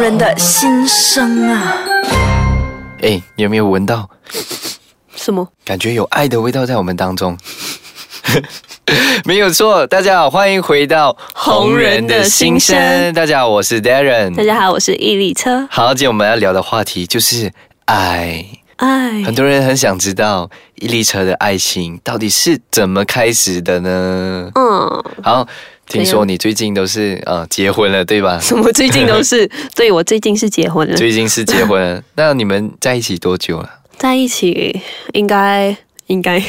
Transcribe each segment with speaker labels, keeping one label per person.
Speaker 1: 人的心声啊！
Speaker 2: 哎，你有没有闻到？
Speaker 3: 什么？
Speaker 2: 感觉有爱的味道在我们当中。 没有错，大家好，欢迎回到《
Speaker 3: 红人的心声
Speaker 2: 大家好，我是 Darren。
Speaker 3: 大家好，我是毅力车。
Speaker 2: 好，今天我们要聊的话题就是爱。
Speaker 3: 哎，
Speaker 2: 很多人很想知道伊丽车的爱情到底是怎么开始的呢？
Speaker 3: 嗯，
Speaker 2: 好，听
Speaker 3: 怎
Speaker 2: 说
Speaker 3: 样
Speaker 2: 你最近都是呃结婚了，对吧？
Speaker 3: 什么？最近都是对我最近是结婚了，
Speaker 2: 最近是结 婚了，那你们在一起多久了？
Speaker 3: 在一起应该应该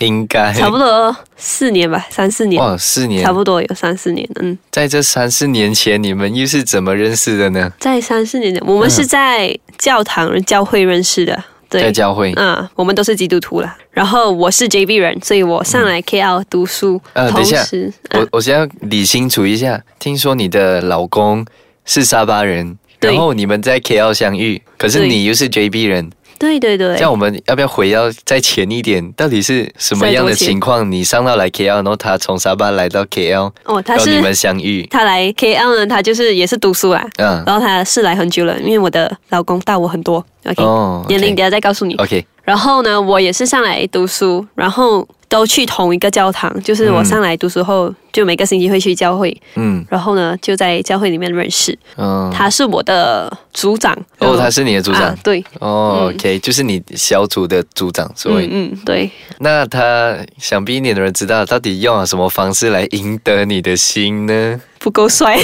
Speaker 2: 应该
Speaker 3: 差不多四年吧，三四年，
Speaker 2: 哇，哦四年，
Speaker 3: 差不多有三四年。嗯，
Speaker 2: 在这三四年前，你们又是怎么认识的呢？
Speaker 3: 在三四年的，我们是在教堂教会认识的。
Speaker 2: 嗯在
Speaker 3: 对，
Speaker 2: 教会，
Speaker 3: 嗯，我们都是基督徒啦。然后我是 JB 人，所以我上来 KL 读书，
Speaker 2: 嗯呃等
Speaker 3: 同
Speaker 2: 一下
Speaker 3: 时，
Speaker 2: 我
Speaker 3: 嗯
Speaker 2: 我先要理清楚一下，听说你的老公是沙巴人，
Speaker 3: 对
Speaker 2: 然后你们在 KL 相遇，可是
Speaker 3: 对
Speaker 2: 你又是 JB 人，
Speaker 3: 对对对
Speaker 2: 这，样我们要不要回到再前一点？到底是什么样的情况？你上到来 KL，然后他从沙巴来到 KL，
Speaker 3: 哦，他
Speaker 2: 然后你
Speaker 3: 是
Speaker 2: 们相遇，
Speaker 3: 他来 KL 呢，他就是也是读书啊啦，
Speaker 2: 嗯，
Speaker 3: 然后他是来很久了，因为我的老公大我很多，OK，、
Speaker 2: 哦
Speaker 3: 年龄等一下再告诉你。
Speaker 2: ，OK，
Speaker 3: 然后呢，我也是上来读书，然后都去同一个教堂，就是我
Speaker 2: 嗯
Speaker 3: 上来读书后，就每个星期会去教会，
Speaker 2: 嗯
Speaker 3: 然后呢就在教会里面认识。
Speaker 2: 嗯，
Speaker 3: 他是我的组长，
Speaker 2: 哦，他是你的组长
Speaker 3: 啊，，对，
Speaker 2: 哦
Speaker 3: 嗯
Speaker 2: ，OK，就是你小组的组长，所以
Speaker 3: 嗯嗯对，
Speaker 2: 那他想必你的人知道到底用了什么方式来赢得你的心呢？
Speaker 3: 不够帅，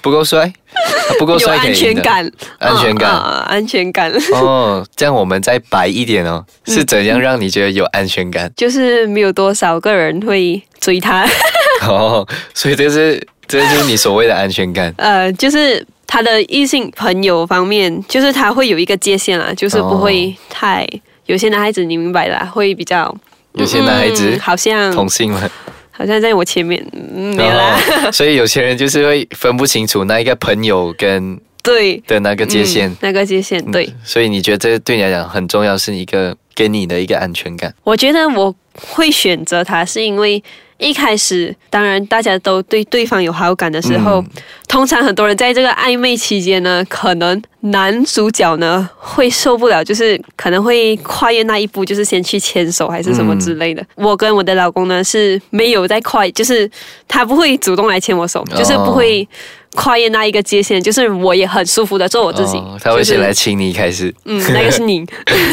Speaker 2: 不够 帅，不够
Speaker 3: 有
Speaker 2: 帅可
Speaker 3: 安
Speaker 2: 以赢
Speaker 3: 全
Speaker 2: 的。
Speaker 3: 感，
Speaker 2: 安全感
Speaker 3: 啊啊安全感。
Speaker 2: 哦，这样我们再白一点哦，
Speaker 3: 嗯
Speaker 2: 是怎样让你觉得有安全 感？
Speaker 3: 就是没有多少个人会追他，
Speaker 2: 哦，所以这是这就是你所谓的安全感。
Speaker 3: 呃，就是他的异性朋友方面，就是他会有一个界限啦，就是不会太、有些男孩子你明白啦，会比较
Speaker 2: 有些男孩子
Speaker 3: 嗯好像
Speaker 2: 同性嘛，
Speaker 3: 好像在我前面，嗯，没有啦，
Speaker 2: 哦，所以有些人就是会分不清楚那一个朋友跟
Speaker 3: 对，
Speaker 2: 的那个界限
Speaker 3: 嗯。那个界限，对，
Speaker 2: 所以你觉得这对你来讲很重要，是一个给你的一个安全感。
Speaker 3: 我觉得我会选择他，是因为一开始，当然大家都对对方有好感的时候，
Speaker 2: 嗯
Speaker 3: 通常很多人在这个暧昧期间呢，可能男主角呢会受不了，就是可能会跨越那一步，就是先去牵手还是什么之
Speaker 2: 嗯
Speaker 3: 类的。我跟我的老公呢是没有在跨，就是他不会主动来牵我手，就是不会跨越那一个界限，就是我也很舒服的做我自己。
Speaker 2: 哦他会
Speaker 3: 就是
Speaker 2: 先来哦亲你开始。
Speaker 3: 嗯，那个是 你，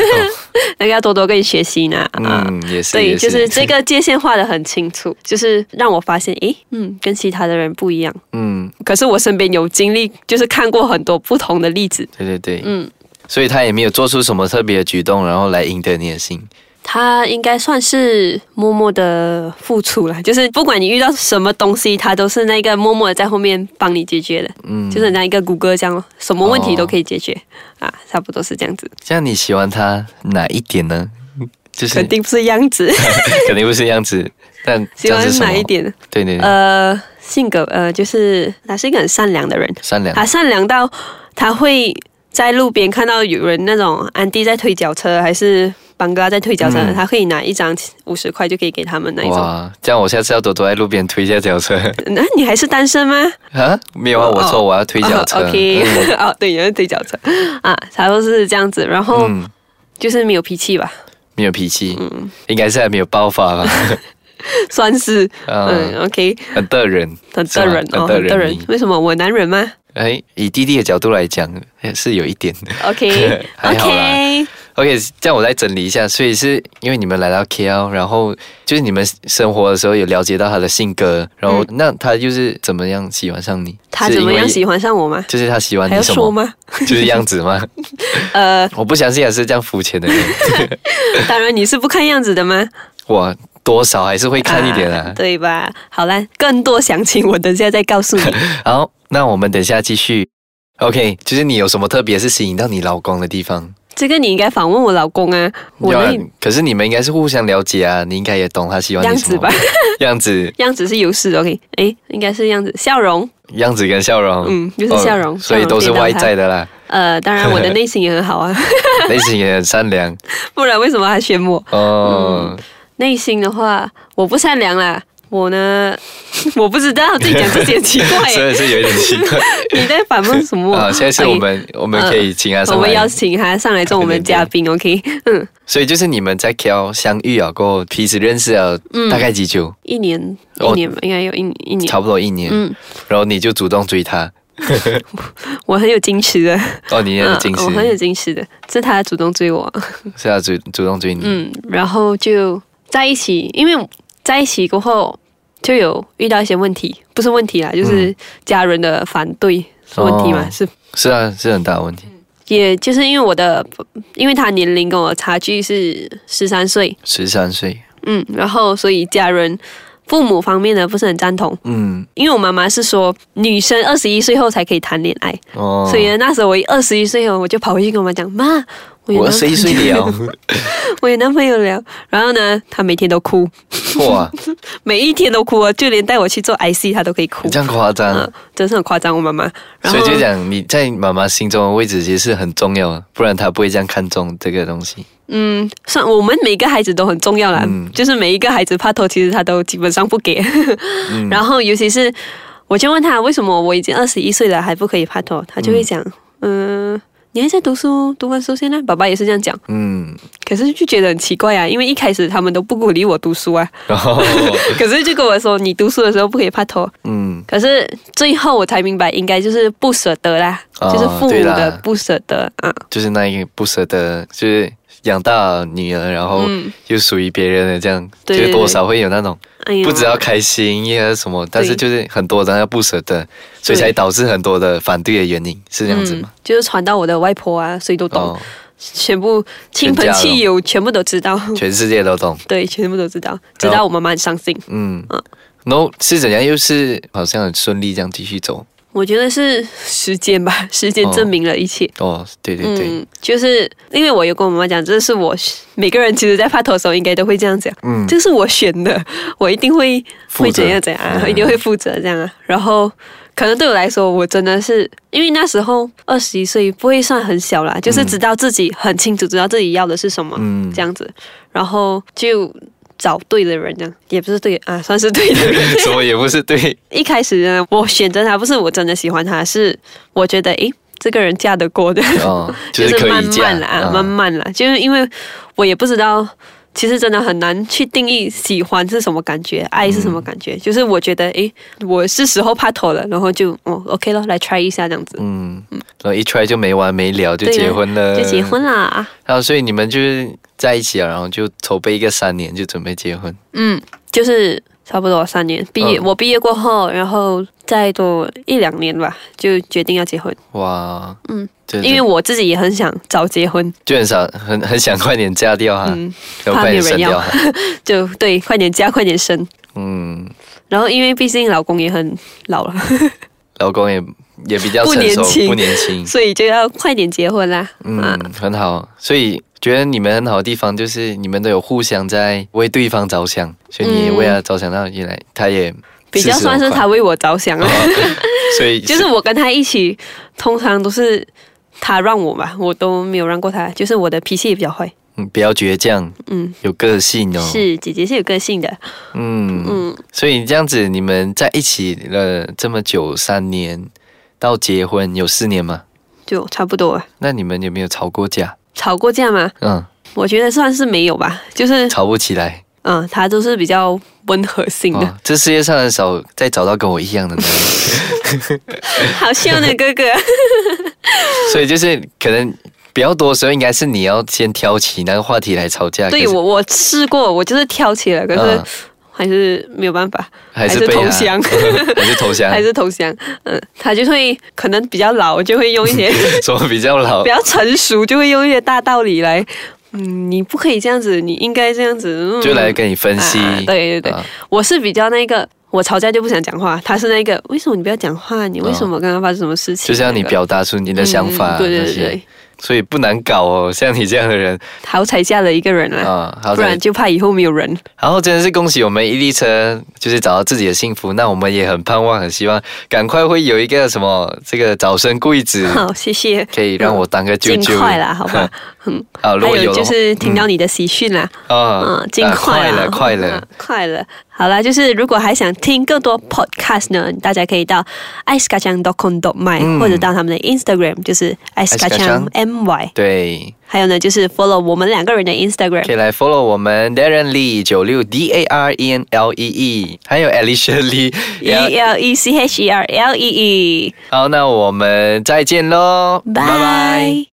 Speaker 3: 那个要多多跟你学习呢。啊，
Speaker 2: 嗯，也是，
Speaker 3: 对，
Speaker 2: 也
Speaker 3: 就是这个界限画的很清楚，就是让我发现，诶，嗯，跟其他的人不一样。
Speaker 2: 嗯，
Speaker 3: 可是我身边有经历，就是看过很多不同的例子。
Speaker 2: 对对对，
Speaker 3: 嗯，
Speaker 2: 所以他也没有做出什么特别的举动，然后来赢得你的心。
Speaker 3: 他应该算是默默的付出了，就是不管你遇到什么东西，他都是那个默默的在后面帮你解决的，
Speaker 2: 嗯，
Speaker 3: 就是那一个谷歌这样咯，什么问题
Speaker 2: 哦
Speaker 3: 都可以解决、啊，差不多是这样子。
Speaker 2: 这样，你喜欢他哪一点呢？ 就是
Speaker 3: 肯定不是样子，
Speaker 2: 肯定不是样子，但
Speaker 3: 喜
Speaker 2: 这样
Speaker 3: 欢
Speaker 2: 是什么嗯
Speaker 3: 哪一？点？
Speaker 2: 对对对，
Speaker 3: 呃，性格呃，就是他是一个很善良的人，
Speaker 2: 善良
Speaker 3: 他善良到他会在路边看到有人那种安迪在推脚车，还是邦哥在推脚车，
Speaker 2: 嗯
Speaker 3: 他可以拿一张五十块就可以给他们那一种。
Speaker 2: 哇！这样我下次要多多在路边推一下脚车
Speaker 3: 那、你还是单身吗？
Speaker 2: 啊？没有啊，
Speaker 3: 哦
Speaker 2: 我说我要推脚车。
Speaker 3: 哦 OK，
Speaker 2: 嗯
Speaker 3: 哦，对，有人推脚车啊，差不多是这样子。然后
Speaker 2: 嗯，
Speaker 3: 就是没有脾气吧，
Speaker 2: 没有脾气，
Speaker 3: 嗯
Speaker 2: 应该是还没有爆发吧？
Speaker 3: 算是嗯
Speaker 2: 嗯，
Speaker 3: ，OK，
Speaker 2: 很得人，
Speaker 3: 很得人
Speaker 2: 是吧
Speaker 3: 哦，
Speaker 2: 很
Speaker 3: 很
Speaker 2: 得
Speaker 3: 得
Speaker 2: 人
Speaker 3: 人
Speaker 2: 名。。
Speaker 3: 为什么我男人 吗
Speaker 2: 哎，以弟弟的角度来讲，哎是有一点。
Speaker 3: ？OK，OK，、
Speaker 2: 还好啦 OK，这样我再整理一下，所以是因为你们来到 KL，然后就是你们生活的时候有了解到他的性格，然后、那他就是怎么样喜欢上你？
Speaker 3: 嗯他怎么样
Speaker 2: 是因为
Speaker 3: 喜欢上我吗？
Speaker 2: 就是他喜欢
Speaker 3: 还
Speaker 2: 啊你
Speaker 3: 要
Speaker 2: 什
Speaker 3: 说
Speaker 2: 么？
Speaker 3: 吗？
Speaker 2: 就是样子 吗？
Speaker 3: 呃，
Speaker 2: 我不相信还是这样肤浅的人，
Speaker 3: 当然你是不看样子的吗？
Speaker 2: 我多少还是 会看一点啊。
Speaker 3: 对吧？好啦，更多详情我等下再告诉你。
Speaker 2: 好，那我们等一下继续。OK，就是你有什么特别是吸引到你老公的地方？
Speaker 3: 这个你应该访问我老公啊，我
Speaker 2: 要
Speaker 3: 的
Speaker 2: 然可是你们应该是互相了解啊，你应该也懂他喜欢
Speaker 3: 样
Speaker 2: 你什么
Speaker 3: 子吧，
Speaker 2: 样子，
Speaker 3: 样子是优势的。OK，诶，应该是样子，笑容，
Speaker 2: 样子跟笑容，
Speaker 3: 嗯，就是笑容，
Speaker 2: 哦所以都是
Speaker 3: 笑容
Speaker 2: 外
Speaker 3: 给到他
Speaker 2: 在。的 啦。
Speaker 3: 呃，当然我的内心也很好 啊，
Speaker 2: 内心也很善良
Speaker 3: 不然为什么还选我？
Speaker 2: 哦。
Speaker 3: 内心的话，我不善良啦，我呢， 我不知道自己讲自己很奇怪
Speaker 2: 真
Speaker 3: 耶，
Speaker 2: 的是有一点奇怪。
Speaker 3: 你在反问什么？
Speaker 2: 啊，现在是我
Speaker 3: OK，
Speaker 2: 们我们可以请他上
Speaker 3: 哎我
Speaker 2: 来。
Speaker 3: 们邀请他上来做我们的嘉宾，OK？嗯，
Speaker 2: 所以就是你们在 KL 相遇了过后，彼此认识了大概几久？
Speaker 3: 一年，一
Speaker 2: 哦
Speaker 3: 年吧，应该有一一年。
Speaker 2: 差不多一年。
Speaker 3: 嗯
Speaker 2: 然后你就主动追他，
Speaker 3: 我很有矜持的，
Speaker 2: 哦，你也很矜
Speaker 3: 嗯，我很有
Speaker 2: 持，
Speaker 3: 矜持的，是他主动追我，
Speaker 2: 是他主主动追你。
Speaker 3: 嗯，然后就在一起，因为在一起过后就有遇到一些问题，不是问题啦，就是家人的反对是问题嘛，
Speaker 2: 哦
Speaker 3: 是
Speaker 2: 是啊，是很大的问题。
Speaker 3: 也就是因为我的，因为他年龄跟我差距是十三岁，
Speaker 2: 十三岁，
Speaker 3: 嗯，然后所以家人。父母方面呢不是很赞同，
Speaker 2: 嗯，
Speaker 3: 因为我妈妈是说女生二十一岁后才可以谈恋爱，
Speaker 2: 哦，
Speaker 3: 所以呢那时候我二十一岁后我就跑回去跟我妈讲，妈，我有
Speaker 2: 我
Speaker 3: 男
Speaker 2: 十一岁
Speaker 3: 朋友
Speaker 2: 了，
Speaker 3: 我有男朋友了。然后呢，她每天都哭，
Speaker 2: 哇，
Speaker 3: 每一天都哭哦，就连带我去做 IC 她都可以哭
Speaker 2: 你这，样夸张啊
Speaker 3: 嗯。，真是很夸张，我妈妈。然
Speaker 2: 所
Speaker 3: 后
Speaker 2: 以就讲你在妈妈心中的位置其实是很重要的，不然她不会这样看重这个东西。
Speaker 3: 嗯，算我们每个孩子都很重要啦，
Speaker 2: 嗯
Speaker 3: 就是每一个孩子怕头，其实他都基本上不给。
Speaker 2: 嗯
Speaker 3: 然后尤其是我就问他为什么我已经二十一岁了还不可以拍拖，他就会讲，嗯、你还在读书，读完书先啦。爸爸也是这样讲，
Speaker 2: 嗯，
Speaker 3: 可是就觉得很奇怪啊，因为一开始他们都不鼓励我读书 啊，
Speaker 2: 然后，
Speaker 3: 可是就跟我说你读书的时候不可以拍拖，
Speaker 2: 嗯，
Speaker 3: 可是最后我才明白，应该就是不舍得啦，
Speaker 2: 哦
Speaker 3: 就是父
Speaker 2: 对
Speaker 3: 母
Speaker 2: 啦
Speaker 3: 的不舍得啊。
Speaker 2: 就是那一个不舍得，就是养大女儿，然后
Speaker 3: 嗯
Speaker 2: 又属于别人的这样，
Speaker 3: 对对
Speaker 2: 就多少会有那种
Speaker 3: 哎呀，
Speaker 2: 不知道开心呀什么，但是就是很多人要不舍得，所以才导致很多的反对的原因，是这样子
Speaker 3: 嗯
Speaker 2: 吗？，
Speaker 3: 就是传到我的外婆啊，谁都懂，
Speaker 2: 哦，
Speaker 3: 全部亲朋戚友全部都知道，
Speaker 2: 全哦世界都懂。
Speaker 3: 对，全部都知道，知道我妈妈很伤心。
Speaker 2: 嗯
Speaker 3: 嗯，
Speaker 2: 然后是怎样？又是好像很顺利这样继续走。
Speaker 3: 我觉得是时间吧，时间
Speaker 2: 哦
Speaker 3: 证明了一切。
Speaker 2: 哦，对对对，
Speaker 3: 嗯，就是因为我有跟我妈妈讲，这是我每个人其实在发头的时候应该都会这样讲，
Speaker 2: 嗯，
Speaker 3: 这是我选的，我一定会
Speaker 2: 负责
Speaker 3: 会怎样怎样啊，
Speaker 2: 嗯
Speaker 3: 一定会负责这样啊。然后可能对我来说，我真的是因为那时候二十一岁，不会算很小啦，就是知道自己很清楚，知道自己要的是什么，
Speaker 2: 嗯
Speaker 3: 这样子，然后就。找对的人，这样也不是对啊，算是对的 人。
Speaker 2: 什么也不是对，
Speaker 3: 一开始呢，我选择他不是我真的喜欢他，是我觉得诶，这个人嫁得过的，
Speaker 2: 哦，
Speaker 3: 就
Speaker 2: 就是
Speaker 3: 是
Speaker 2: 可
Speaker 3: 慢
Speaker 2: 以这样
Speaker 3: 慢啦，啊慢慢啦，就是因为我也不知道，其实真的很难去定义喜欢是什么感觉，爱是什么感
Speaker 2: 嗯
Speaker 3: 觉。就是我觉得，诶，我是时候怕头了，然后就哦，OK 咯，来 try 一下这样子，
Speaker 2: 嗯，然后一出来就没完没了，就
Speaker 3: 对啊
Speaker 2: 结婚了，
Speaker 3: 就结婚啦。
Speaker 2: 然后所以你们就是在一起啊了，然后就筹备一个三年，就准备结婚。
Speaker 3: 嗯，就是差不多三年，毕业、
Speaker 2: 嗯
Speaker 3: 我毕业过后，然后再多一两年吧，就决定要结婚，
Speaker 2: 哇，
Speaker 3: 嗯，
Speaker 2: 这
Speaker 3: 因为我自己也很想早结婚，
Speaker 2: 就很想很 很想快点嫁掉哈，
Speaker 3: 嗯，
Speaker 2: 然后
Speaker 3: 怕
Speaker 2: 快
Speaker 3: 没
Speaker 2: 点
Speaker 3: 人
Speaker 2: 生
Speaker 3: 要
Speaker 2: 掉哈，
Speaker 3: 就对，快点嫁，快点生。
Speaker 2: 嗯，
Speaker 3: 然后因为毕竟老公也很老了，
Speaker 2: 老公也也比较
Speaker 3: 不
Speaker 2: 成
Speaker 3: 年
Speaker 2: 熟，
Speaker 3: 轻
Speaker 2: 不 年轻，
Speaker 3: 所以就要快点结婚啦。啊
Speaker 2: 嗯，很好。所以觉得你们很好的地方就是你们都有互相在为对方着想，所以你也为他着想到原来他也
Speaker 3: 比较算是他
Speaker 2: 40
Speaker 3: 为我着想了
Speaker 2: 很，快，所以
Speaker 3: 就是我跟他一起，通常都是他让我吧，我都没有让过他，就是我的脾气也比较坏。
Speaker 2: 嗯比较倔强，
Speaker 3: 嗯，
Speaker 2: 有个性哦。，
Speaker 3: 是姐姐是有个性的，
Speaker 2: 嗯
Speaker 3: 嗯，
Speaker 2: 所以这样子你们在一起了这么久，三年到结婚有四年嘛？
Speaker 3: 就差不多了。
Speaker 2: 那你们有没有吵过架？
Speaker 3: 吵过架吗？
Speaker 2: 嗯，
Speaker 3: 我觉得算是没有吧，就是
Speaker 2: 吵不 起来。
Speaker 3: 嗯，他都是比较温和性的，
Speaker 2: 哦，这世界上很少再找到跟我一样的男人。
Speaker 3: 好笑呢，哥啊哥。
Speaker 2: 所以就是可能比较多的时候，应该是你要先挑起 那个话题来吵架。
Speaker 3: 对
Speaker 2: 可是
Speaker 3: 我，我试过，我就是挑起了，可是
Speaker 2: 嗯
Speaker 3: 还是没有办法，
Speaker 2: 还是
Speaker 3: 还是
Speaker 2: 被
Speaker 3: 投
Speaker 2: 啊
Speaker 3: 降
Speaker 2: 还是投 降，
Speaker 3: 还是投降。嗯，他就会可能比较老，就会用一些
Speaker 2: 什么比较老
Speaker 3: 比？较成熟，就会用一些大道理来，嗯，你不可以这样子，你应该这样子，嗯、
Speaker 2: 就来跟你分析。
Speaker 3: 啊对对对，
Speaker 2: 啊
Speaker 3: 我是比较那个，我吵架就不想讲话，他是那个，为什么你不要讲话？你为什么刚刚发生什么事情？
Speaker 2: 就是让你
Speaker 3: 那个
Speaker 2: 表达出你的想法。
Speaker 3: 嗯对对
Speaker 2: 那
Speaker 3: 对
Speaker 2: 些
Speaker 3: 对，
Speaker 2: 所以不难搞哦，像你这样 的人
Speaker 3: 好才嫁了一个人啊，
Speaker 2: 啊，好
Speaker 3: 不然就怕以后没有人。
Speaker 2: 然后真的是恭喜我们一粒车，就是找到自己的幸福。那我们也很盼望，很希望赶快会有一个什么这个早生 贵子，
Speaker 3: 好，谢谢。
Speaker 2: 可以让我当个舅
Speaker 3: 尽
Speaker 2: 舅。
Speaker 3: 快啦，好 吧。嗯，
Speaker 2: 啊，如
Speaker 3: 还
Speaker 2: 果有
Speaker 3: 有
Speaker 2: 的
Speaker 3: 就
Speaker 2: 话
Speaker 3: 是听到你的喜讯啦，
Speaker 2: 啊
Speaker 3: 嗯，尽
Speaker 2: 啊
Speaker 3: 快
Speaker 2: 快
Speaker 3: 啦
Speaker 2: 了，快了
Speaker 3: 嗯。快了。好好啦，就是如果还想听更多 podcast 呢，大家可以到 ice 嘎枪 dot com dot my，、
Speaker 2: 嗯
Speaker 3: 或者到他们的 Instagram，就是 ice 嘎枪
Speaker 2: icekacang
Speaker 3: my。
Speaker 2: 对，
Speaker 3: 还有呢，就是 follow 我们两个人的 Instagram。
Speaker 2: 可以来 follow 我们 Darren Lee 九六 D A R E N L E E，还有 Alicia Lee。
Speaker 3: E L E C H E R L E E，
Speaker 2: 好，那我们再见喽，
Speaker 3: 拜。